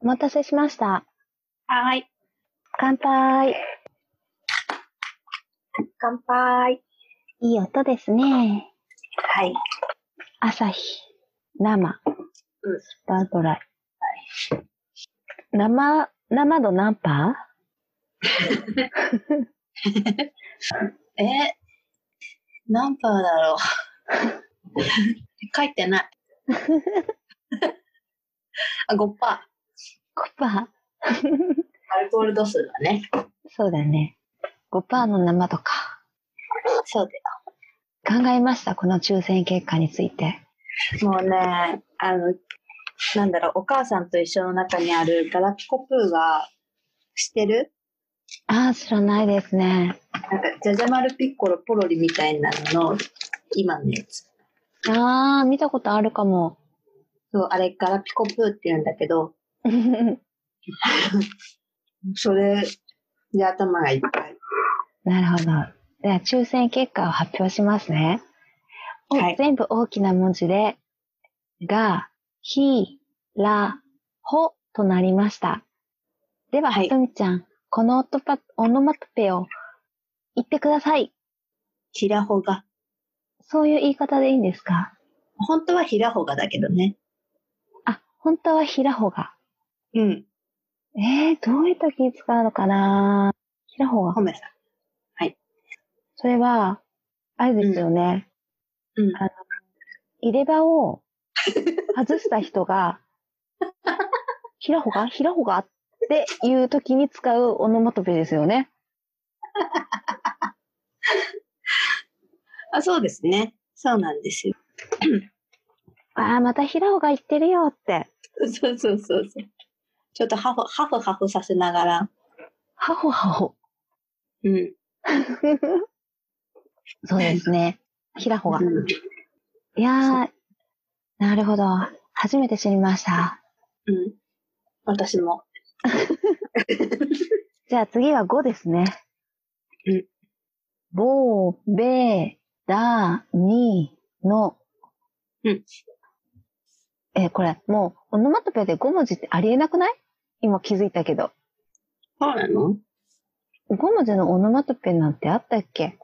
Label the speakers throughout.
Speaker 1: お待たせしました。
Speaker 2: はーい。
Speaker 1: 乾杯。
Speaker 2: 乾杯。
Speaker 1: いい音ですね。
Speaker 2: はい。
Speaker 1: 朝日、生、
Speaker 2: うん
Speaker 1: スタートライ。生、生度何 パ
Speaker 2: えー、何パーだろう 書いてない。あ、5パ
Speaker 1: ー ?5 パー
Speaker 2: ー。アルコール度数だね。
Speaker 1: そうだね。5パーの生度か。
Speaker 2: そう
Speaker 1: 考えました、この抽選結果について。
Speaker 2: で。もうね、あの、なんだろう、お母さんと一緒の中にあるガラピコプーがしてる
Speaker 1: ああ、知らないですね。
Speaker 2: なんか、ジャジャマルピッコロポロリみたいなのの、今のやつ。
Speaker 1: ああ、見たことあるかも。
Speaker 2: そう、あれ、ガラピコプーって言うんだけど、それで頭がいっぱい。
Speaker 1: なるほど。では、抽選結果を発表しますね。お
Speaker 2: はい
Speaker 1: 全部大きな文字で、が、ひ、ら、ほとなりました。では、
Speaker 2: はい
Speaker 1: ひとみちゃん、このオトパオノマトペを言ってください。
Speaker 2: ひらほが。
Speaker 1: そういう言い方でいいんですか
Speaker 2: 本当はひらほがだけどね。
Speaker 1: あ、本当はひらほが。
Speaker 2: うん。
Speaker 1: えー、どういう時に使うのかなひらほが
Speaker 2: ほ。めさ
Speaker 1: それは、あれですよね。
Speaker 2: ん。うん。
Speaker 1: あ入れ歯 を外した人が、ひらほがひらほがっていう時に使うオノマトペですよね。
Speaker 2: あ、そうですね。そうなんですよ。
Speaker 1: ああ、またひらほが言ってるよって。
Speaker 2: そうそうそうそう。ちょっとハフ、ハフハフさせながら。
Speaker 1: はほはほ。
Speaker 2: うん。
Speaker 1: そうですね。ひらほが。
Speaker 2: うん
Speaker 1: いやー、なるほど。初めて知りました。
Speaker 2: うん。私も。
Speaker 1: じゃあ次は5ですね。
Speaker 2: うん。
Speaker 1: ぼう、べ、だ、に、の。
Speaker 2: うん。
Speaker 1: えーこれ、もう、オノマトペで5文字ってありえなくない今気づいたけど。
Speaker 2: そうなの
Speaker 1: 5文字のオノマトペなんてあったっけ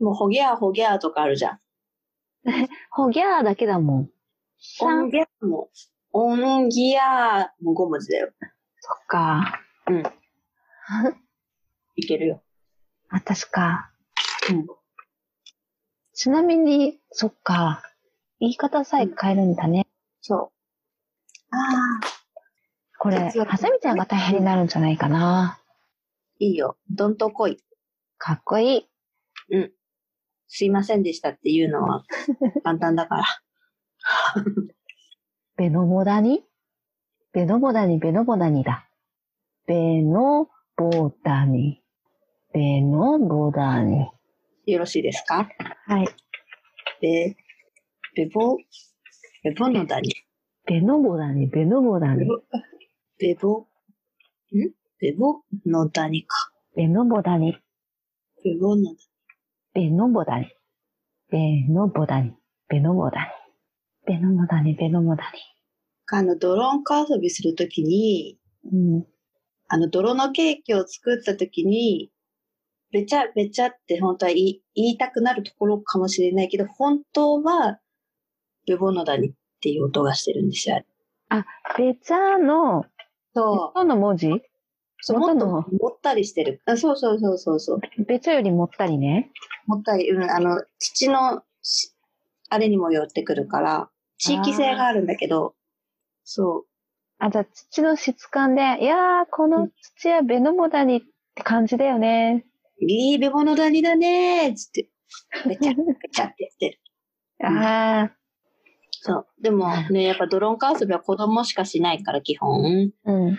Speaker 2: もう、ほぎゃーほぎゃーとかあるじゃん。
Speaker 1: ほぎゃーだけだもん。
Speaker 2: お
Speaker 1: 三
Speaker 2: んぎゃーも、おんぎゃーも5文字だよ。
Speaker 1: そっか。
Speaker 2: うん。いけるよ。
Speaker 1: 私か。
Speaker 2: うん。
Speaker 1: ちなみに、そっか。言い方さえ変えるんだね。
Speaker 2: そう。ああ、
Speaker 1: これ、
Speaker 2: 実は
Speaker 1: ハサミちゃんが大変になるんじゃないかな。
Speaker 2: いいよ。どんとこい。
Speaker 1: かっこいい。
Speaker 2: すいませんでしたっていうの は簡単だから。
Speaker 1: ベノボダニベノボダニ、ベノボダニだ。ベノボダニ。ベノボダニ。
Speaker 2: よろしいですか
Speaker 1: はい。
Speaker 2: べ、べぼ、べぼのだに。
Speaker 1: ベノボダニ、ベノボダニ。
Speaker 2: べぼ、んべぼのだにか。
Speaker 1: ベノボダニ、
Speaker 2: べぼのだ。
Speaker 1: ベノボダニ。ベノボダニ、ベノボダニ。ベノボダニ、ベノボダ
Speaker 2: あの、泥んこ遊びするときに、
Speaker 1: ニ。うん。
Speaker 2: あの、泥のケーキを作ったときに、べちゃべちゃって本当は言い言いたくなるところかもしれないけど、本当は、べぼのだにっていう音がしてるんですよ。あれ
Speaker 1: ベチャーの、
Speaker 2: そう。
Speaker 1: 元の文字
Speaker 2: そうも
Speaker 1: 元
Speaker 2: っ
Speaker 1: の
Speaker 2: ともったりしてる。あそうそうそうそうそう。
Speaker 1: ベチャよりもったりね。
Speaker 2: もったい、うん、あの、土のし、あれにも寄ってくるから、地域性があるんだけど、そ
Speaker 1: あ、じゃあ土の質感で、いやー、この土はベノボダニって感じだよね。
Speaker 2: う、いいべぼのだにだねーっつって、べちゃ、べちゃってやってる。
Speaker 1: ああ、
Speaker 2: そう。でもね、やっぱドロンカ遊びは子供しかしないから、基本。
Speaker 1: うん。
Speaker 2: もう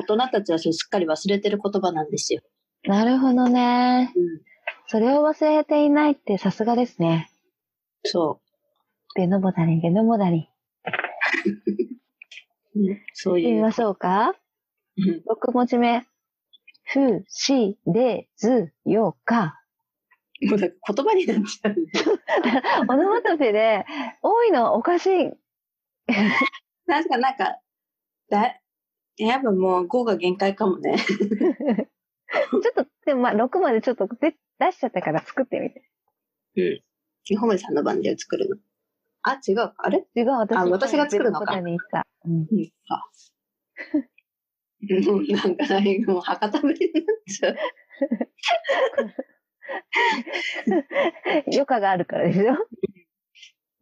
Speaker 2: 大人たちはそれすっかり忘れてる言葉なんですよ。
Speaker 1: なるほどね。
Speaker 2: うん。
Speaker 1: それを忘れていないってさすがですね。
Speaker 2: そ
Speaker 1: ベノボダニ、ベノボダニ。
Speaker 2: う。うんそう
Speaker 1: 言って
Speaker 2: い
Speaker 1: み
Speaker 2: う。
Speaker 1: ましょうか。
Speaker 2: うん
Speaker 1: 6文字目。ふ、し、れ、ず、よ、か。
Speaker 2: もうなんか言葉になっちゃうね。
Speaker 1: オノマトペで 多いのはおかしい。
Speaker 2: なんか、なんか、だ、やっぱもう5が限界かもね。
Speaker 1: ちょっと、でもまあ6までちょっとで出しちゃったから作ってみて。
Speaker 2: ほめさんの番で作るの。あ、違うか。あれ
Speaker 1: 違う、私
Speaker 2: あ私が作るのか
Speaker 1: 答えに行った。うん。
Speaker 2: うん、あ。 もうなんか大変、もう博多ぶりになっちゃう。
Speaker 1: 余暇があるからでしょ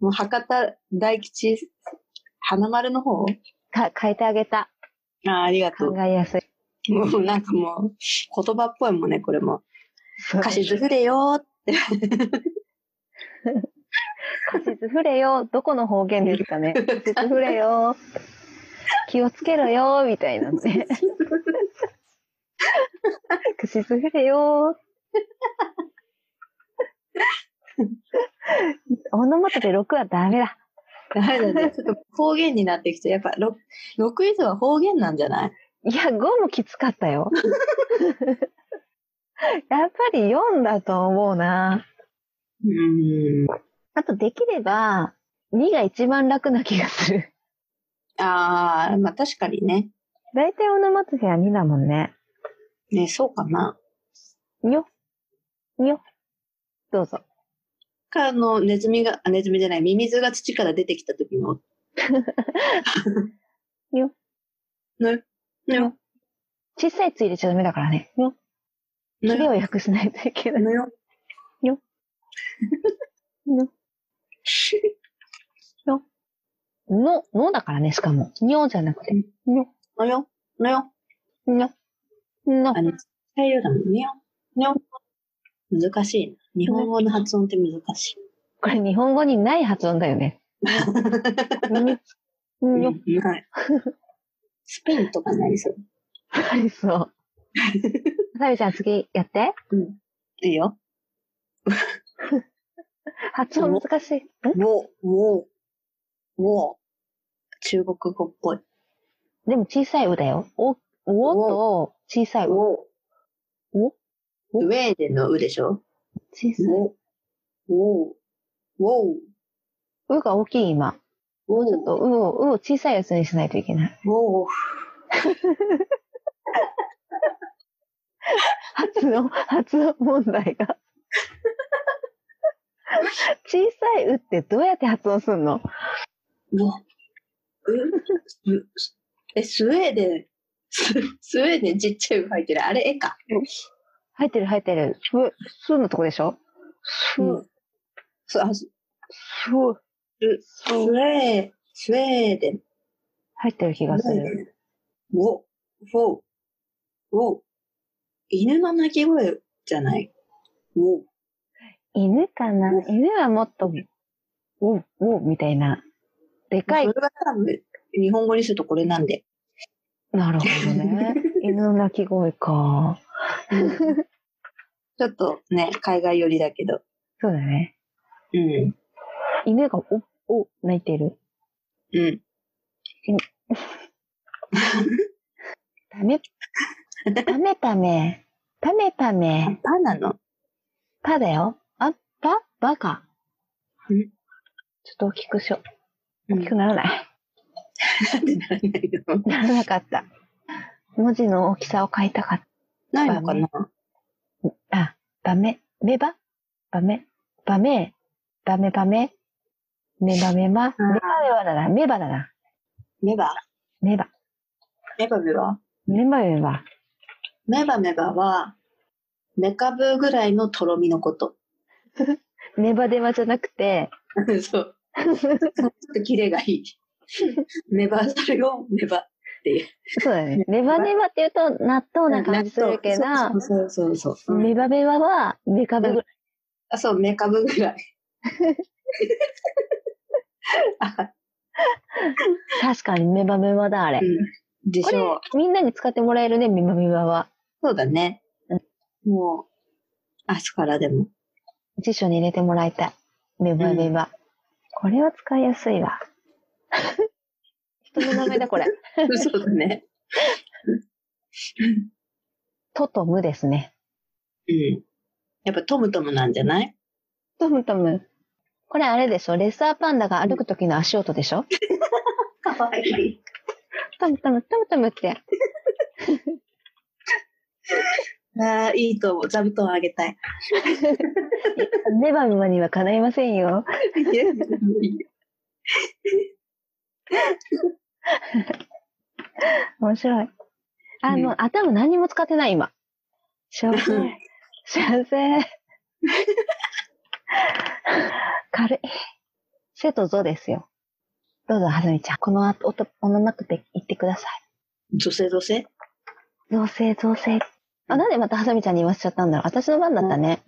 Speaker 2: もう博多大吉、花丸の方
Speaker 1: か、変えてあげた。
Speaker 2: ああ、ありがと
Speaker 1: 考
Speaker 2: う。
Speaker 1: えやすい。
Speaker 2: もうなんかもう、言葉っぽいもんね、これも。
Speaker 1: そう
Speaker 2: 歌詞ずふれよーって。
Speaker 1: カシスフレよ、どこの方言ですか ね。カシスフレよ、気をつけろよ、みたいな ね。カシスフレ よ。オノマトペ6はダメだ。
Speaker 2: あれだね、ちょっと方言になってきて、やっぱ 6, 6以上は方言なんじゃない
Speaker 1: いや、5もきつかった よ。やっぱり4だと思うな。
Speaker 2: うん。
Speaker 1: あとできれば、2が一番楽な気がする。
Speaker 2: ああ、まあ確かにね。
Speaker 1: 大体オノマトペは2だもんね。
Speaker 2: ね、そうかな。
Speaker 1: にょ。にょ。どうぞ。
Speaker 2: か、あの、ネズミが、あネズミじゃない、ミミズが土から出てきた時 の。
Speaker 1: よ。
Speaker 2: ね。ね。
Speaker 1: 小さいつ入れちゃダメだからね。にょ。
Speaker 2: ね。
Speaker 1: ひれを訳しないといけない。
Speaker 2: のよ。
Speaker 1: よ。よ。の、のだからね、しかも。にょじゃなくて。にょ。
Speaker 2: のよ。のよ。
Speaker 1: にょ。の
Speaker 2: あ。の、太陽だもん。にょ。にょ。難しいな。日本語の発音って難しい。
Speaker 1: これ日本語にない発音だよね。にょ。にょ。
Speaker 2: うんはい。スペインとかになりそう。
Speaker 1: ありそう。サビちゃん次やって。
Speaker 2: うん。いいよ。
Speaker 1: 発音難しい。ん
Speaker 2: ウォー、ウォー、ウォー。中国語っぽい。
Speaker 1: でも小さい「う」だよ。お、おと小さい「う
Speaker 2: ウォー。
Speaker 1: お
Speaker 2: ウェーデンのウでしょ」。
Speaker 1: 小さい
Speaker 2: ウォー、ウォー、ウォ
Speaker 1: 「
Speaker 2: ー。
Speaker 1: う」が大きい今。
Speaker 2: もうち
Speaker 1: ちょっと、うを、うを小さいやつにしないといけない。
Speaker 2: も
Speaker 1: 初の、初の問題が。小さい「う」ってどうやって発音すんの
Speaker 2: う、もう、う、すえ、スウェーデン、ススウェーデンちっちゃいウ入ってる。あれ、絵か。
Speaker 1: 入ってる入ってる。す、すのとこでしょす、
Speaker 2: うん。そう、あ、ス
Speaker 1: す、
Speaker 2: スウェー、スウェーデン。
Speaker 1: 入ってる気がする。
Speaker 2: ウォ、ウォ、ウォ。犬の鳴き声じゃない。ウォ。
Speaker 1: 犬かな
Speaker 2: うん
Speaker 1: 犬はもっと、おう、おう、みたいな。でかい
Speaker 2: そ。れが多分、日本語にするとこれなんで。
Speaker 1: なるほど ね。犬の鳴き声か。
Speaker 2: ちょっとね、海外寄りだけど。
Speaker 1: そうだね。
Speaker 2: うん。
Speaker 1: 犬がお、お、鳴いてる。
Speaker 2: うん。
Speaker 1: ため、ためため、ためため、
Speaker 2: パンなの
Speaker 1: パだよ。あ、パバカ。
Speaker 2: ん
Speaker 1: ちょっと大きくしよう。大
Speaker 2: うん
Speaker 1: きくならない。
Speaker 2: なんでならないの
Speaker 1: ならなかった。文字の大きさを変えたかっ
Speaker 2: ないのかな
Speaker 1: た。あ、バメ、メババメ、バメ、バメバメ、メバメマ、メバメバだな、メバだな、
Speaker 2: メバ
Speaker 1: メバ、
Speaker 2: メバメバ
Speaker 1: メバメバ。
Speaker 2: メバメバは、メカブぐらいのとろみのこと。
Speaker 1: ネバデバじゃなくて、
Speaker 2: そう。 ちょっとキレがいい。 メバそれをメバ。
Speaker 1: そうだね。ネバネバって言うと納豆な感じするけど、
Speaker 2: そうそうそうそう。うん
Speaker 1: メバメバはメカブぐらい。
Speaker 2: あ、そう、メカブ ぐらい。あ
Speaker 1: 確かにメバメバだ、あれ
Speaker 2: う。ん。で
Speaker 1: こ
Speaker 2: し
Speaker 1: れ
Speaker 2: ょう。、
Speaker 1: みんなに使ってもらえるね、メバメバは。
Speaker 2: そうだね
Speaker 1: う。
Speaker 2: もう、明日から でも。
Speaker 1: 辞書に入れてもらいたい。メバメバ。これは使いやすいわ。 人の名前だ、これ。
Speaker 2: そうだね。
Speaker 1: トとムですね。
Speaker 2: うん。やっぱトムトムなんじゃない
Speaker 1: トムトム。これあれでしょレッサーパンダが歩く時の足音でしょ
Speaker 2: かわいい。
Speaker 1: たむたむたむたむって。
Speaker 2: ああ、いいと思う。座布団あげ たい。
Speaker 1: ネバマには叶いませんよ。面白い。あ、
Speaker 2: うん
Speaker 1: もう頭何にも使ってない、今。幸せ
Speaker 2: うん。
Speaker 1: 幸せ。軽い。せとぞですよ。どうぞ、はずみちゃん。この後、おとオノマトペ言ってください。
Speaker 2: 女性女性
Speaker 1: 造成、造成。あ、なんでまたはずみちゃんに言わせちゃったんだろう。私の番だったね。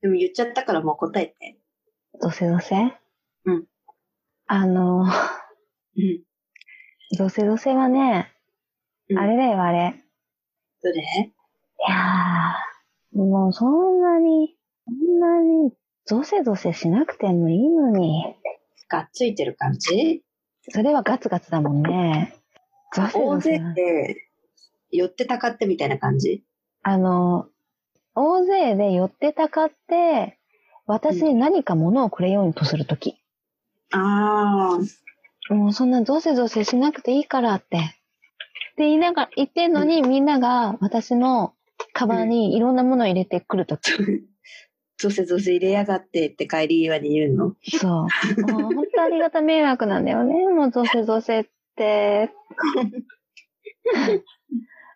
Speaker 2: でも言っちゃったからもう答えて。
Speaker 1: 造成、造成。
Speaker 2: うん。
Speaker 1: あの、
Speaker 2: うん。
Speaker 1: 造成、造成はね、
Speaker 2: うん
Speaker 1: あれだよ、あれ。
Speaker 2: どれ
Speaker 1: いやー、もうそんなに、そんなに、ぞせぞせしなくてもいいのに。
Speaker 2: がっついてる感じ
Speaker 1: それはガツガツだもんね。ぞせ
Speaker 2: 大
Speaker 1: ぞせ
Speaker 2: 勢で
Speaker 1: な。
Speaker 2: 寄ってたかってみたいな感じ
Speaker 1: あの、大勢で寄ってたかって、私に何か物をくれようとするとき。
Speaker 2: ああ、
Speaker 1: もうそんなぞせぞせしなくていいからって。って言いながら、言ってんのに、みんなが私のカバンにいろんなものを入れてくるとき。
Speaker 2: どせどせ入れやがってって帰り際に言うの。
Speaker 1: そう。もう本当ありがた迷惑なんだよね。もう、ぞせぞせって。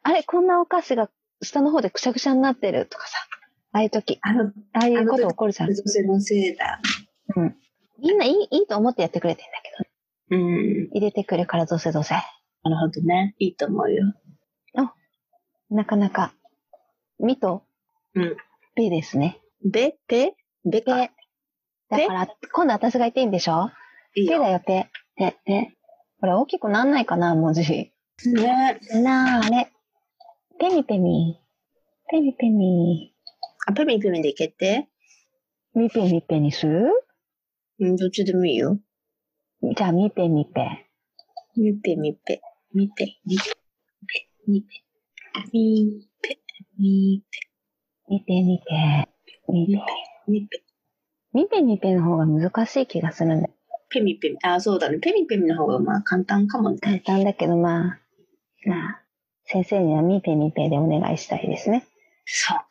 Speaker 1: あれ、こんなお菓子が下の方でくしゃくしゃになってるとかさ。ああいう時、
Speaker 2: あの、
Speaker 1: ああいうこと起こるじゃん
Speaker 2: 女。性のせいだ。
Speaker 1: みんないいいいと思ってやってくれてんだけど、
Speaker 2: うん。
Speaker 1: 入れてくるからぞせぞせ。
Speaker 2: なるほどね。いいと思うよ。
Speaker 1: なかなか、みと、
Speaker 2: うん。
Speaker 1: べですね。
Speaker 2: べ、ぺ、べ
Speaker 1: べ。
Speaker 2: か。
Speaker 1: だから、今度私が言っていいんでしょ
Speaker 2: いい
Speaker 1: べ
Speaker 2: よ。
Speaker 1: だよ、べ。べ、べ。これ大きくなんないかな、文字。
Speaker 2: ね
Speaker 1: なーれ。ペミペミ。ペミペミ。
Speaker 2: あ、ペミンペミンでいけて。
Speaker 1: みぺみぺにする
Speaker 2: うん、どっちでもいいよ。
Speaker 1: じゃあ、みぺみぺ。
Speaker 2: みぺみぺ。みぺ、みぺ。みぺ、みぺ。みぺ、
Speaker 1: みぺみぺ。みぺ。
Speaker 2: みぺ。
Speaker 1: みぺみぺの方が難しい気がするんだよ。
Speaker 2: ペミンペミン。あ、そうだね。ペミンペミンの方がまあ簡単かも
Speaker 1: 簡
Speaker 2: ね。
Speaker 1: 単だけど、まあ、まあ、先生にはみぺみぺでお願いしたいですね。
Speaker 2: そうか。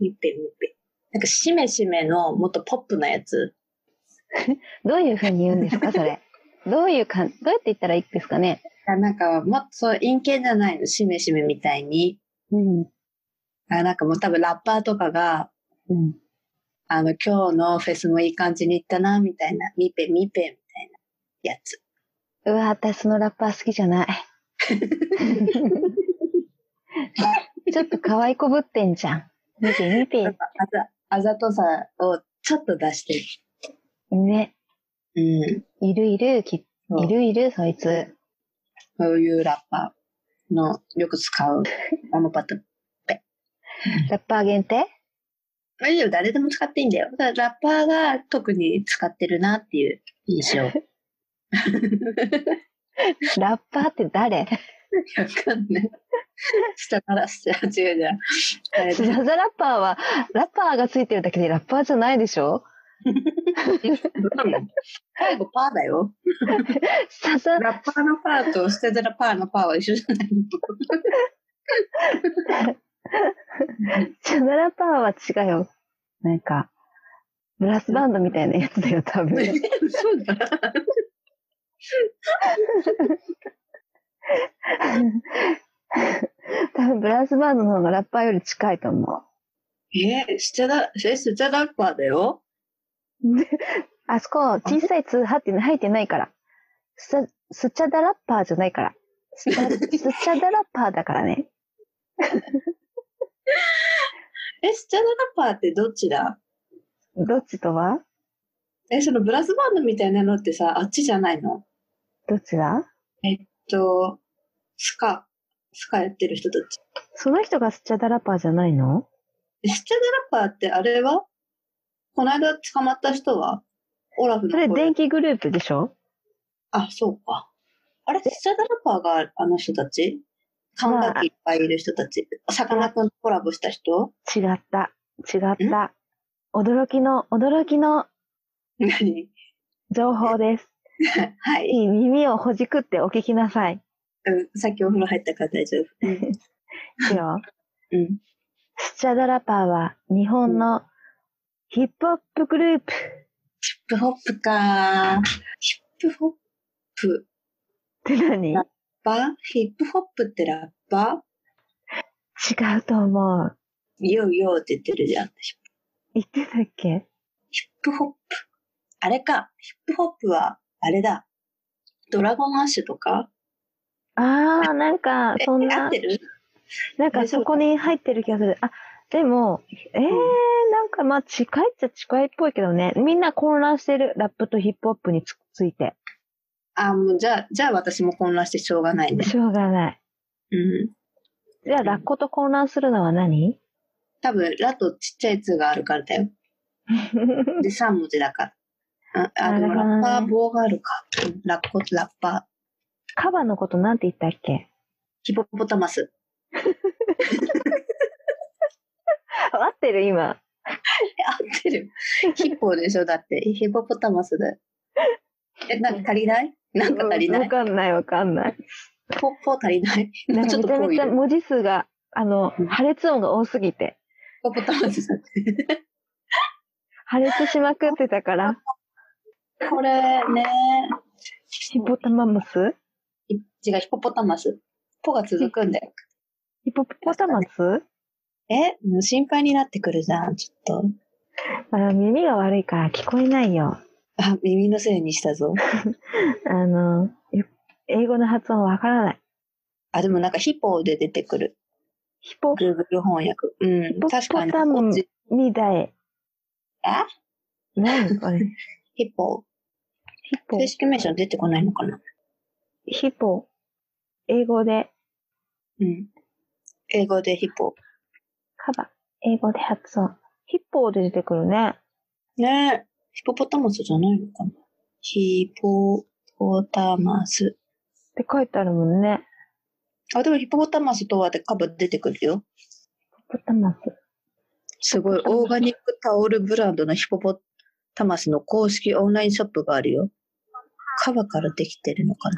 Speaker 2: みぺみぺ。なんか、しめしめのもっとポップなやつ。
Speaker 1: どういうふうに言うんですか、そ れ。どういうかん、どうやって言ったらいいですかね。
Speaker 2: あなんか、もっとそう、陰形じゃないの。しめしめみたいに。
Speaker 1: うん。
Speaker 2: あなんかもう多分ラッパーとかが、
Speaker 1: うん。
Speaker 2: あの、今日のフェスもいい感じに行ったな、みたいな。みぺみぺ、みたいなやつ。
Speaker 1: うわ、私そのラッパー好きじゃない。ちょっと可愛いこぶってんじゃん。みてみ
Speaker 2: なん
Speaker 1: て。
Speaker 2: かあざ、あざとさをちょっと出して
Speaker 1: ね。
Speaker 2: る。
Speaker 1: いるいる、き
Speaker 2: うん。
Speaker 1: いるいる、そいつ。
Speaker 2: そういうラッパーのよく 使うオノパト。
Speaker 1: ラッパー限定
Speaker 2: まあいいよ、誰でも使っていいんだよ。だからラッパーが特に使ってるなっていう印象。 わ
Speaker 1: ラッパーって誰
Speaker 2: かんない。下からしちゃう、違う違う。誰
Speaker 1: ス
Speaker 2: でも
Speaker 1: ラザラッパーは、ラッパーがついてるだけでラッパーじゃないでしょ
Speaker 2: 最後パーだよ。
Speaker 1: サザ、
Speaker 2: ラッパーのパーとステザラパーのパーは一緒じゃない
Speaker 1: サザラッパーは違うよ。なんか、ブラスバンドみたいなやつだよ、多
Speaker 2: の。
Speaker 1: 分。
Speaker 2: そうだ。
Speaker 1: 多分ブラスバンドの方がラッパーより近いと思う。
Speaker 2: え、ステザ、えステザラッパーだよ。
Speaker 1: あそこ、小さい通販って入ってないから。すちゃ、すちゃだラッパーじゃないから。すちゃ、すちゃだラッパーだからね。
Speaker 2: え、スチャダラッパーってどっちだ
Speaker 1: どっちとは
Speaker 2: え、そのブラスバンドみたいなのってさ、あっちじゃないの
Speaker 1: どっちだ
Speaker 2: と、スカ、スカやってる人たち。
Speaker 1: その人がすちゃだラッパーじゃないの
Speaker 2: えスチャダラッパーってあれはこの間捕まった人はオラフの
Speaker 1: それ
Speaker 2: 声
Speaker 1: 電気グループでしょ
Speaker 2: あ、そうか。あれ、スチャダラッパーがあの人たち管楽器いっぱいいる人たち。さかなクンとコラボした人
Speaker 1: 違った。違った。驚きの、驚きの
Speaker 2: 何
Speaker 1: 情報です。
Speaker 2: はい。
Speaker 1: いい耳をほじくってお聞きなさい。
Speaker 2: うん、さっきお風呂入ったから大丈夫。
Speaker 1: いくよ。
Speaker 2: うん。
Speaker 1: スチャダラパーは日本のヒップホップグループ。
Speaker 2: ヒップホップかヒップホッ
Speaker 1: っ
Speaker 2: プ。
Speaker 1: て何違
Speaker 2: バヒップホップってラッパ
Speaker 1: うと思う。
Speaker 2: ーようようって言ってるじゃん。ヒッ
Speaker 1: 言ってたっけ
Speaker 2: プホップ。あれか。ヒップホップは、あれだ。ドラゴンアッシュとか
Speaker 1: あー、なん か、そん
Speaker 2: え合
Speaker 1: な
Speaker 2: って、る
Speaker 1: なんかそこに入ってる気がする。あ、でも、えー、なんかまあ近いっちゃ近いっぽいけどね。みんな混乱してる。ラップとヒップホップにつついて。
Speaker 2: あ、もうじゃあ、じゃあ私も混乱してしょうがないね。
Speaker 1: しょうがない。
Speaker 2: うん。
Speaker 1: じゃあ、ラッコと混乱するのは何
Speaker 2: 多分、ラとちっちゃい2があるからだよ。で、3文字だから。あ、あでもラッパ
Speaker 1: なるほど
Speaker 2: ー
Speaker 1: ね
Speaker 2: 棒があるか。うんラッコ、ラッパー。
Speaker 1: カバのことなんて言ったっけ
Speaker 2: ヒポポタマス。
Speaker 1: あ合ってる今。
Speaker 2: え、合ってる。ヒポでしょだって。ヒポポタマスだよ。え、なんか足りないなんか足り
Speaker 1: うん
Speaker 2: な
Speaker 1: わ
Speaker 2: い
Speaker 1: かんないわかんない。
Speaker 2: ポッポ足りないも
Speaker 1: なん
Speaker 2: う
Speaker 1: か
Speaker 2: ちょっ
Speaker 1: め
Speaker 2: と
Speaker 1: ちゃ
Speaker 2: こう
Speaker 1: め
Speaker 2: い
Speaker 1: ちゃ
Speaker 2: う。
Speaker 1: 文字数が、あの
Speaker 2: うん、
Speaker 1: 破裂音が多すぎて、
Speaker 2: ポッポタマスだって。
Speaker 1: 破裂しまくってた から、
Speaker 2: これね。
Speaker 1: ヒポタマムス
Speaker 2: い違う、ヒポポタマス。ポが続くんだよ。
Speaker 1: ヒポポタマス
Speaker 2: え、もう心配になってくるじゃん、ちょっと。
Speaker 1: あ耳が悪いから聞こえないよ。
Speaker 2: あ、耳のせいにしたぞ。
Speaker 1: あの、よ英語の発音わからない。
Speaker 2: あ、でもなんかヒポで出てくる。
Speaker 1: ヒポ
Speaker 2: Google 翻訳。うん。
Speaker 1: ポ
Speaker 2: 確かに。
Speaker 1: ポタマ
Speaker 2: こっち
Speaker 1: ミダエ。
Speaker 2: え
Speaker 1: 何これ。
Speaker 2: ヒポ。
Speaker 1: ヒポ
Speaker 2: 正、式名称出てこないのかな
Speaker 1: ヒポ。英語で
Speaker 2: うん。英語でヒポ。
Speaker 1: カバ。英語で発音。ヒッポーで出てくるね。
Speaker 2: ねえ。ヒポポタマスじゃないのかなヒポポタマス。
Speaker 1: って書いてあるもんね。
Speaker 2: あ、でもヒポポタマスとはでカバー出てくるよ。
Speaker 1: ポタマス。
Speaker 2: すごい。オーガニックタオルブランドのヒポポタマスの公式オンラインショップがあるよ。カバーからできてるのかな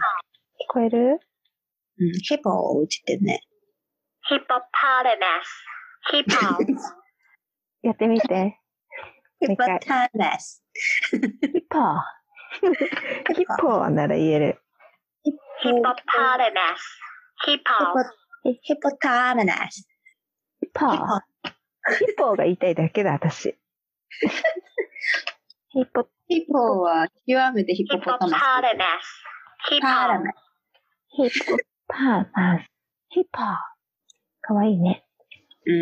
Speaker 1: 聞こえる
Speaker 2: うん。ヒポを打ちてね。
Speaker 3: Hippopotamus. Hippo.
Speaker 1: やってみて。
Speaker 2: ヒ
Speaker 1: 了
Speaker 2: ポポ
Speaker 1: 解
Speaker 2: タマス。
Speaker 1: ヒッポー。ヒッポーなら言える。
Speaker 3: Hippopotamus. Hippo.
Speaker 2: ヒポタマス。
Speaker 1: ヒッポー。ヒッポーが言いたいだけだ、私。ヒッポ、
Speaker 2: ヒポは極めてヒポポタマス。
Speaker 3: Hippopotamus. Hippo.
Speaker 2: タマス
Speaker 1: ヒッポ、パーマス。ヒッポー。かわいいね。
Speaker 2: うん。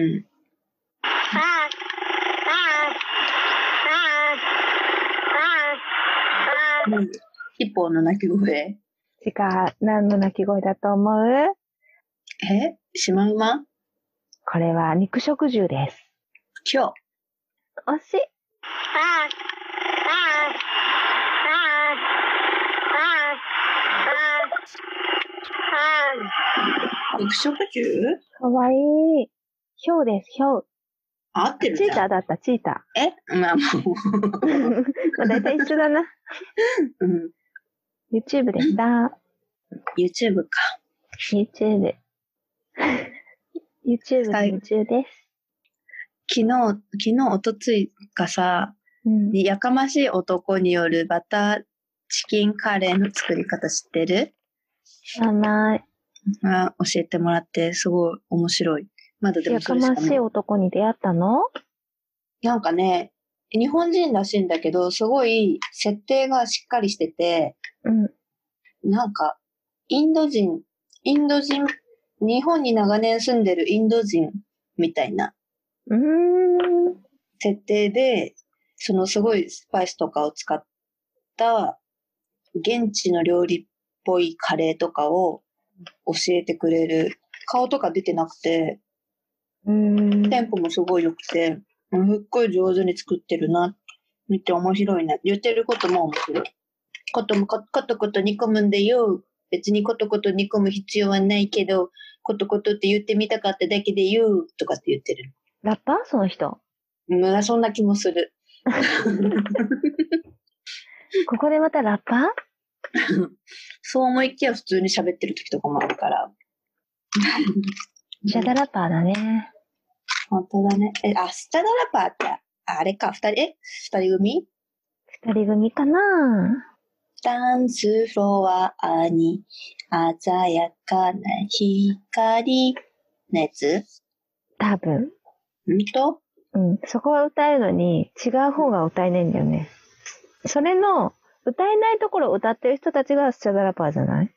Speaker 3: Quack. Quack. Quack. Quack. Quack.
Speaker 2: うんヒポの鳴き
Speaker 1: 違
Speaker 2: 声。
Speaker 1: う。何の鳴き声だと思う
Speaker 2: えシマウマ
Speaker 1: これは肉食獣です。
Speaker 2: 今日。
Speaker 1: 惜しい。
Speaker 3: Quack. Quack. Quack. Quack. Quack. Quack.
Speaker 2: 肉食獣
Speaker 1: かわいい。ヒョウです、ヒョウ。
Speaker 2: 合ってる
Speaker 1: チ
Speaker 2: じ
Speaker 1: ータ
Speaker 2: ゃ
Speaker 1: ー
Speaker 2: ん。
Speaker 1: だった、チータ
Speaker 2: えまあもう。
Speaker 1: ー。まあ大体一緒だな。
Speaker 2: うん。
Speaker 1: YouTube でした。
Speaker 2: YouTube か。
Speaker 1: YouTube。YouTube
Speaker 2: はい
Speaker 1: に夢中です。
Speaker 2: 昨日、昨日、おとついかさ、
Speaker 1: うん
Speaker 2: にやかましい男によるバターチキンカレーの作り方知ってる
Speaker 1: 知らない。
Speaker 2: あ教えてもらって、すごい面白い。まだでも
Speaker 1: や
Speaker 2: そ
Speaker 1: か
Speaker 2: れし
Speaker 1: ま
Speaker 2: かな
Speaker 1: し
Speaker 2: い
Speaker 1: い男に出会ったの
Speaker 2: なんかね、日本人らしいんだけど、すごい設定がしっかりしてて、
Speaker 1: うん。
Speaker 2: なんか、インド人、インド人、日本に長年住んでるインド人みたいな
Speaker 1: うーん。
Speaker 2: 設定で、そのすごいスパイスとかを使った、現地の料理っぽいカレーとかを教えてくれる。顔とか出てなくて、
Speaker 1: うーん。
Speaker 2: テンポもすごい良くて、うんすっごい上手に作ってるな。見て面白いな。言ってることも面白い。こともこことこと煮込むんだよ。別にことこと煮込む必要はないけど、ことことって言ってみたかっただけで言うとかって言ってる。
Speaker 1: ラッパーその人。
Speaker 2: うん、そんな気もする。
Speaker 1: ここでまたラッパー
Speaker 2: そう思いきや普通に喋ってる時とかもあるから。
Speaker 1: シャダラパーだね。
Speaker 2: 本当だね。え、あ、スチャダラパーって、あれか、二人、え二人組
Speaker 1: 二人組かな
Speaker 2: ダンスフロアに鮮やかな光のやつ
Speaker 1: 多分。
Speaker 2: んと
Speaker 1: うん。そこは歌えるのに、違う方が歌えないんだよね。それの、歌えないところを歌ってる人たちがスチャダラパーじゃない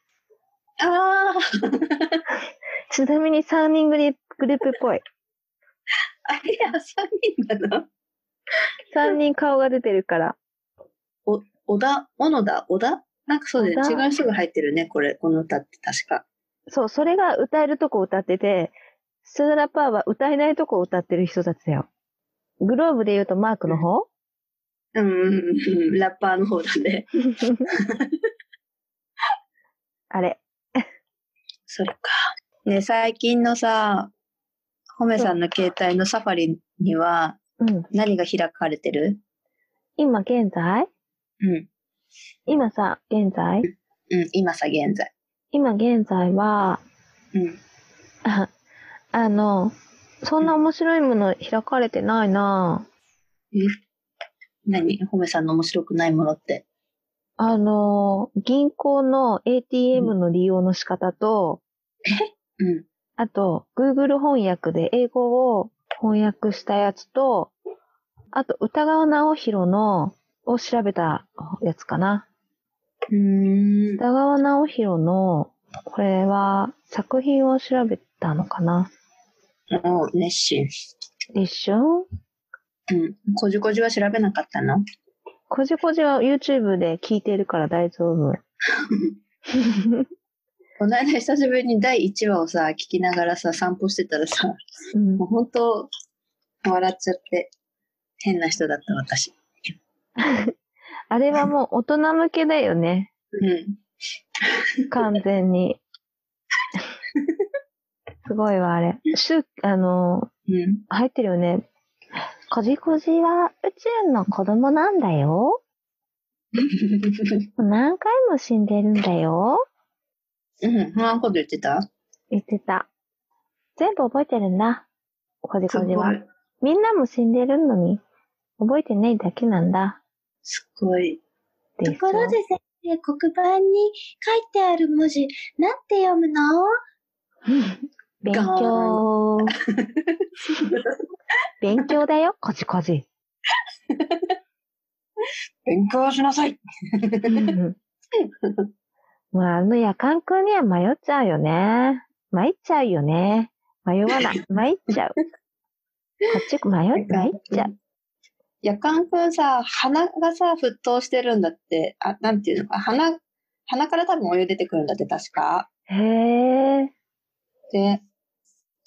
Speaker 2: ああ、
Speaker 1: ちなみに3人グリグループっぽい。
Speaker 2: あれ、あさみんなの
Speaker 1: 3人顔が出てるから。
Speaker 2: 小田、小野田、小田なんかそうだよね。
Speaker 1: 小田
Speaker 2: 違う人が入ってるね、これ、この歌って確か。
Speaker 1: そう、それが歌えるとこ歌ってて、スチャダラパーは歌えないとこ歌ってる人たちだよ。グローブで言うとマークの方
Speaker 2: うんうんうん、 ラッパーの方だね。
Speaker 1: あれ。
Speaker 2: それか。ね、最近のさ、ホメさんの携帯のサファリには
Speaker 1: うん。
Speaker 2: 何が開かれてる
Speaker 1: 今現在
Speaker 2: うん。
Speaker 1: 今さ、現在
Speaker 2: うん、今さ、現在。
Speaker 1: 今現在は、
Speaker 2: うん。
Speaker 1: ああの、そんな面白いもの開かれてないなぁ
Speaker 2: 何ホメさんの面白くないものって。
Speaker 1: あの、銀行の ATM の利用の仕方と、
Speaker 2: うん。
Speaker 1: あと、Google 翻訳で英語を翻訳したやつと、あと、歌川直弘の、を調べたやつかな。
Speaker 2: うーん。
Speaker 1: 歌川直弘の、これは作品を調べたのかな
Speaker 2: もう熱心。
Speaker 1: でしょ
Speaker 2: うん。こじこじは調べなかったの
Speaker 1: こじこじは YouTube で聞いてるから大丈夫。
Speaker 2: この間久しぶりに第1話をさ、聞きながらさ、散歩してたらさ、
Speaker 1: うん
Speaker 2: もう本当笑っちゃって、変な人だった私。
Speaker 1: あれはもう大人向けだよね。
Speaker 2: うん。
Speaker 1: 完全に。すごいわ、あれ。しゅ、あの、
Speaker 2: うん。
Speaker 1: 入ってるよね。こじこじは宇宙の子供なんだよ。何回も死んでるんだよ。
Speaker 2: うん、そんなこと言ってた
Speaker 1: 言ってた。全部覚えてるんだ。こじ
Speaker 2: す
Speaker 1: こ
Speaker 2: っ
Speaker 1: じ
Speaker 2: ご。、
Speaker 1: はいみんなも死んでるのに、覚えてないだけなんだ。
Speaker 2: すっごい。
Speaker 1: ですよ
Speaker 3: 先生、黒板に書いてある文字、なんて読むの
Speaker 1: 勉強。勉強だよ、こじこじ。
Speaker 2: 勉強しなさい。
Speaker 1: もうあの夜間くんには迷っちゃうよね。参っちゃうよね。迷わ ない。参っちゃう。こっち迷っ参っちゃう。
Speaker 2: やかんくんさ、鼻がさ、沸騰してるんだって、あ、なんていうのか、鼻、鼻から多分お湯出てくるんだって、確か。
Speaker 1: へえ。
Speaker 2: で、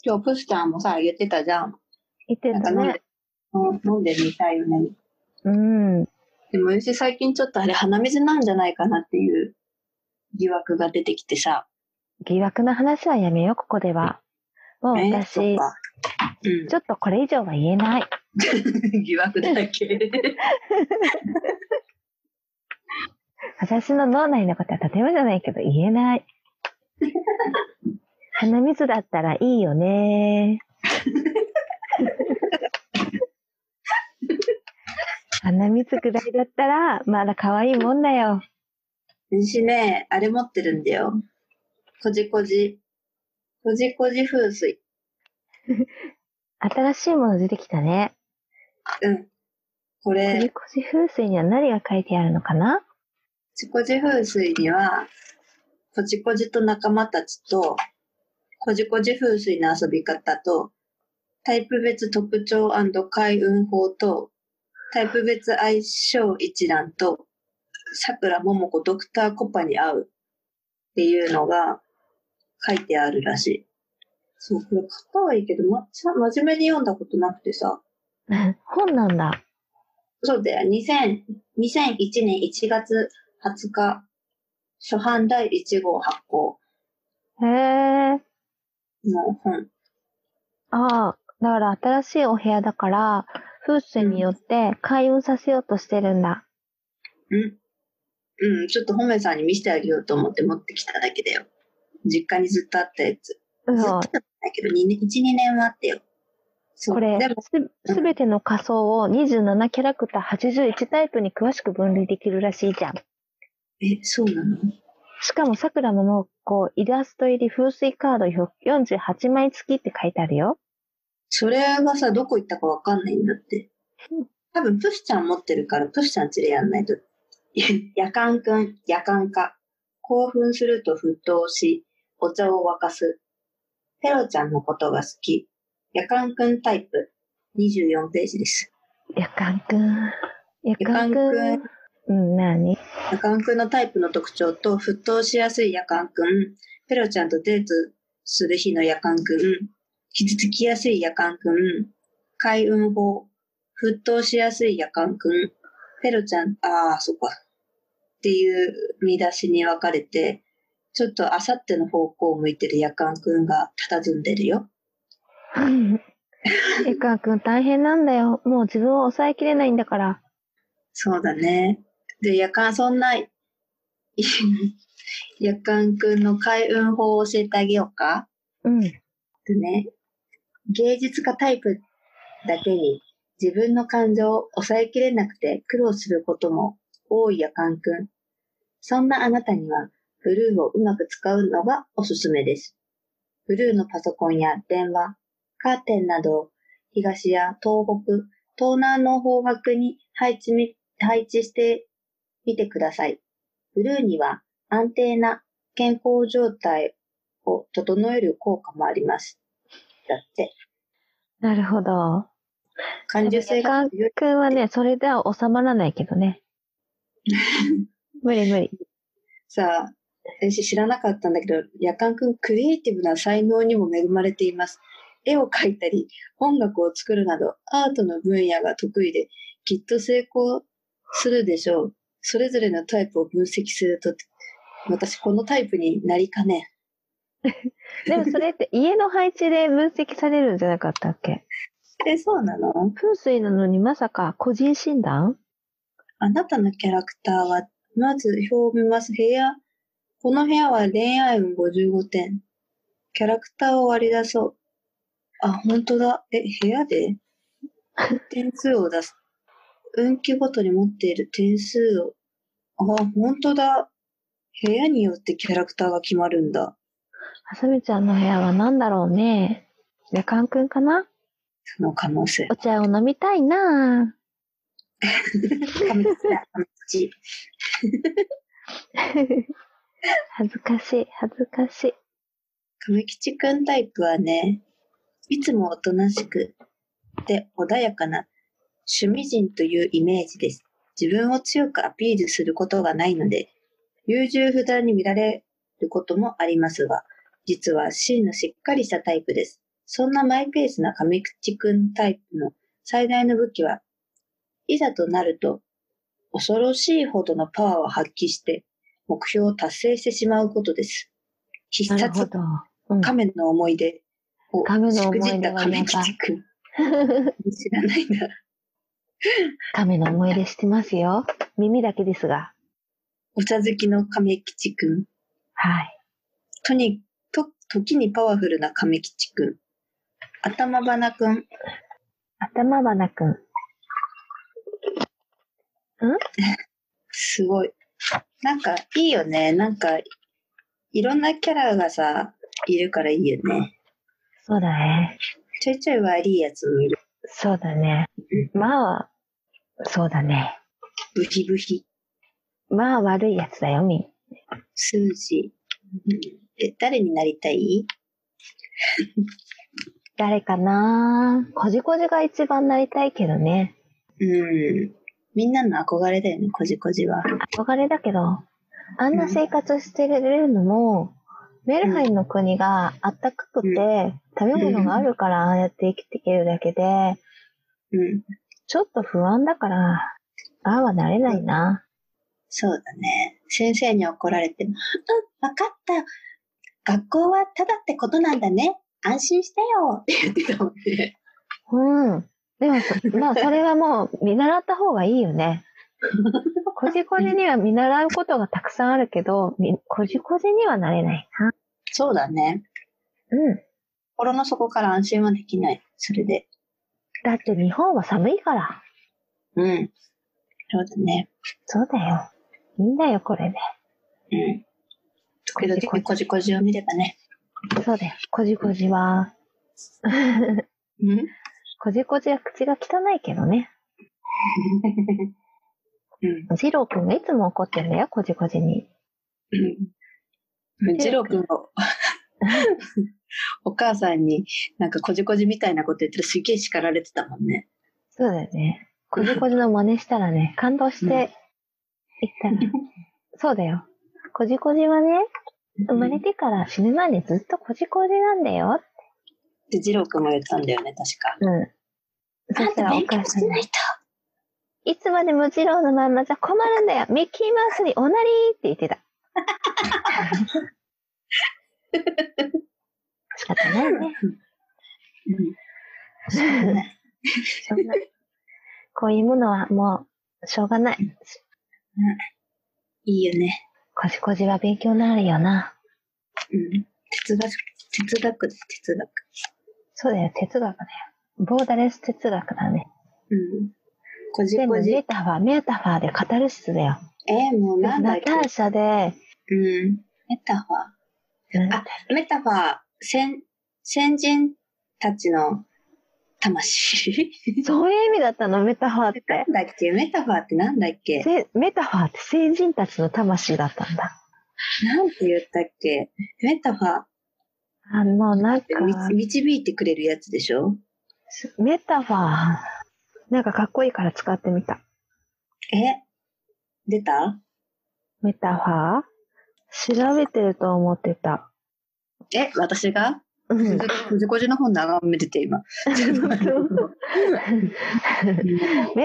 Speaker 2: 今日プスちゃんもさ、言ってたじゃん。
Speaker 1: 言って
Speaker 2: なん
Speaker 1: た
Speaker 2: か飲ん
Speaker 1: ね
Speaker 2: で。、うん飲んでみたいよね。
Speaker 1: うん。
Speaker 2: でも私最近ちょっとあれ、鼻水なんじゃないかなっていう疑惑が出てきてさ。
Speaker 1: 疑惑の話はやめよう、ここでは。もう
Speaker 2: え
Speaker 1: 私、
Speaker 2: そっかうん
Speaker 1: ちょっとこれ以上は言えない。
Speaker 2: 疑惑だらけ。
Speaker 1: 私の脳内のことはとてもじゃないけど言えない。鼻水だったらいいよね。鼻水くらいだったら、まだ可愛いもんだよ。
Speaker 2: 私ね、あれ持ってるんだよ。こじこじ。こじこじ風水。
Speaker 1: 新しいもの出てきたね。
Speaker 2: うん。こ
Speaker 1: こじ
Speaker 2: れ、
Speaker 1: こじ風水には何が書いてあるのかな
Speaker 2: こじこじ風水には、こじこじと仲間たちと、こじこじ風水の遊び方と、タイプ別特徴開運法と、タイプ別相性一覧と、さくらももこドクターコパに会うっていうのが書いてあるらしい。そう、これ買ったはいいけど、ま、ちゃ真面目に読んだことなくてさ、
Speaker 1: 本なんだ。
Speaker 2: そうだよ。2000 2001年1月20日、初版第1号発行
Speaker 1: へえ。
Speaker 2: の本。
Speaker 1: ああ、だから新しいお部屋だから、風水によって開運させようとしてるんだ。
Speaker 2: うん。うん、ちょっと本命さんに見せてあげようと思って持ってきただけだよ。実家にずっとあったやつ。ずっと
Speaker 1: そ
Speaker 2: だ
Speaker 1: う
Speaker 2: っ。たけど、2年、1、2年はあったよ。そう。
Speaker 1: これ
Speaker 2: でも、、
Speaker 1: すすべての仮想を27キャラクター81タイプに詳しく分類できるらしいじゃん。
Speaker 2: え、そうなの
Speaker 1: しかも桜桃子イラスト入り風水カード48枚付きって書いてあるよ。
Speaker 2: それがさ、どこ行ったかわかんないんだって。多分、プシちゃん持ってるから、プシちゃんちでやんないと。 やかんくん、やかんか。興奮すると沸騰し、お茶を沸かす。ペロちゃんのことが好き。やかんくんタイプ。24ページです。
Speaker 1: やかんくん。やかんく
Speaker 2: やかん
Speaker 1: ん。うん、な に
Speaker 2: 夜間くんのタイプの特徴と、沸騰しやすい夜間くん、ペロちゃんとデートする日の夜間くん、傷つきやすい夜間くん、開運法、沸騰しやすい夜間くん、ペロちゃん、ああ、そっか。っていう見出しに分かれて、ちょっとあさっての方向を向いてる夜間くんが佇んでるよ。
Speaker 1: やかんくん大変なんだよ。もう自分を抑えきれないんだから。
Speaker 2: そうだね。で、夜間、そんな、い夜間くんの開運法を教えてあげようか。
Speaker 1: うん。
Speaker 2: えっとね、芸術家タイプだけに自分の感情を抑えきれなくて苦労することも多いやかんくん。そんなあなたにはブルーをうまく使うのがおすすめです。ブルーのパソコンや電話、カーテンなど東や東北、東南の方角に配置み配置してみてください。ブルーには安定な健康状態を整える効果もあります。だって、
Speaker 1: なるほど。
Speaker 2: 感受性が強い。
Speaker 1: くんはね、それでは収まらないけど ね。無理無理。
Speaker 2: さあ、私知らなかったんだけど、夜間くん、クリエイティブな才能にも恵まれています。絵を描いたり、音楽を作るなど、アートの分野が得意で、きっと成功するでしょう。それぞれのタイプを分析すると、私このタイプになりかねん。
Speaker 1: でもそれって家の配置で分析されるんじゃなかったっけ
Speaker 2: え、そうなの
Speaker 1: 風水なのにまさか個人診断
Speaker 2: あなたのキャラクターは、まず表を見ます。部屋、この部屋は恋愛運55点。キャラクターを割り出そう。あ、本当だ。え、部屋で点数を出す。運気ごとに持っている点数を。あ、本当だ。部屋によってキャラクターが決まるんだ。
Speaker 1: はさみちゃんの部屋は何だろうね。やかんくんかな
Speaker 2: その可 能性。
Speaker 1: お茶を飲みたいな
Speaker 2: 亀吉だ亀吉
Speaker 1: ぁ恥ずかしい、恥ずかしい。
Speaker 2: 亀吉くんタイプはね、いつもおとなしくで穏やかな趣味人というイメージです。自分を強くアピールすることがないので、優柔不断に見られることもありますが、実は真のしっかりしたタイプです。そんなマイペースな亀吉くんタイプの最大の武器は、いざとなると恐ろしいほどのパワーを発揮して目標を達成してしまうことです。必
Speaker 1: なるほ
Speaker 2: 殺
Speaker 1: ど。うん、
Speaker 2: 亀の思い出を
Speaker 1: 亀の
Speaker 2: し
Speaker 1: 思
Speaker 2: く
Speaker 1: い
Speaker 2: じ
Speaker 1: 出
Speaker 2: った
Speaker 1: はやばい
Speaker 2: 亀吉くん。知らないな。
Speaker 1: 亀の思い出してますよ。耳だけですが。
Speaker 2: お茶好きの亀吉くん。
Speaker 1: はい。
Speaker 2: とに、と、時にパワフルな亀吉くん。頭花くん。
Speaker 1: 頭花くん。
Speaker 2: すごい。なんか、いいよね。なんか、いろんなキャラがさ、いるからいいよね。
Speaker 1: そうだね。
Speaker 2: ちょいちょい悪いやつもいる。
Speaker 1: そうだね。まあ、そうだね。
Speaker 2: ブヒブヒ。
Speaker 1: まあ悪いやつだよ、みん。
Speaker 2: 数字。うんえ、誰になりたい
Speaker 1: 誰かなこじこじが一番なりたいけどね。
Speaker 2: うん。みんなの憧れだよね、こじこじは。
Speaker 1: 憧れだけど、あんな生活してるのも、メルハイの国があったかくて、食べ物があるからああやって生きていけるだけで、
Speaker 2: うん。
Speaker 1: ちょっと不安だから、ああはなれないな。
Speaker 2: そうだね。先生に怒られても、うん、わかったよ。学校はただってことなんだね。安心してよ。って言ってたもんね。
Speaker 1: うん。でもそ、まあそれはもう見習った方がいいよね。こじこじには見習うことがたくさんあるけど、みこじこじにはなれないな。
Speaker 2: そうだね。
Speaker 1: うん。
Speaker 2: 心の底から安心はできない。それで。
Speaker 1: だって日本は寒いから。
Speaker 2: うん。そうだね。
Speaker 1: そうだよ。いいんだよ、これで。
Speaker 2: うん。時々こじこじを見ればね。
Speaker 1: そうだよ。こじこじは、
Speaker 2: うん。
Speaker 1: こじこじは口が汚いけどね。
Speaker 2: うん。
Speaker 1: ジローくんがいつも怒ってんだよ、こじこじに。
Speaker 2: うん。ジロー君 が、お母さんになんかこじこじみたいなこと言ったらすげえ叱られてたもんね。
Speaker 1: そうだよね。こじこじの真似したらね、感動して、
Speaker 2: うん
Speaker 1: 言ったら、そうだよ。こじこじはね、生まれてから死ぬまでずっとこじこじなんだよ。
Speaker 2: で、ジロー君も言ったんだよね、確か。
Speaker 1: うん。そしたらお母さんが、
Speaker 3: いと。
Speaker 1: いつまでもジローのまんまじゃ困るんだよ。ミッキーマウスにおなりーって言ってた。仕方ないね。
Speaker 2: うん。
Speaker 1: しょうがない。こういうものはもう、しょうがない。
Speaker 2: いいよね。
Speaker 1: こじこじは勉強になるよな。
Speaker 2: うん。哲学、哲学です、哲学。
Speaker 1: そうだよ、哲学だよ。ボーダレス哲学だね。
Speaker 2: うん。こじ
Speaker 1: 全
Speaker 2: こ
Speaker 1: 部
Speaker 2: じ。
Speaker 1: メ
Speaker 2: え
Speaker 1: タファー、メタファーでカタルシスだよ。
Speaker 2: ーもうな
Speaker 1: ナ
Speaker 2: んだっけ
Speaker 1: ターシャで、
Speaker 2: うん。メタファ
Speaker 1: うん
Speaker 2: あー。メタファー、先、先人たちの魂
Speaker 1: そういう意味だったの、メタファーっ
Speaker 2: な
Speaker 1: て。
Speaker 2: んだっけメタファーってなんだっけ
Speaker 1: せメタファーって成人たちの魂だったんだ。
Speaker 2: なんて言ったっけメタファーっ
Speaker 1: あの、なんか
Speaker 2: て、み導いてくれるやつでしょ
Speaker 1: メタファー、なんかかっこいいから使ってみた。
Speaker 2: え出た
Speaker 1: メタファー調べてると思ってた。
Speaker 2: え私が
Speaker 1: うん。
Speaker 2: こじこじの本眺めてて今。
Speaker 1: メ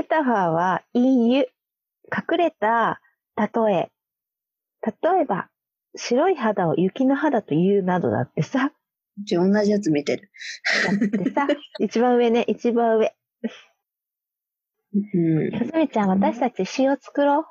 Speaker 1: タファーは、隠喩、隠れた例え。例えば、白い肌を雪の肌と言うなどだってさ。
Speaker 2: うち同じやつ見てる。
Speaker 1: だって さ、一番上ね、一番上。
Speaker 2: うん。
Speaker 1: かすみちゃん、私たち詩を作ろう。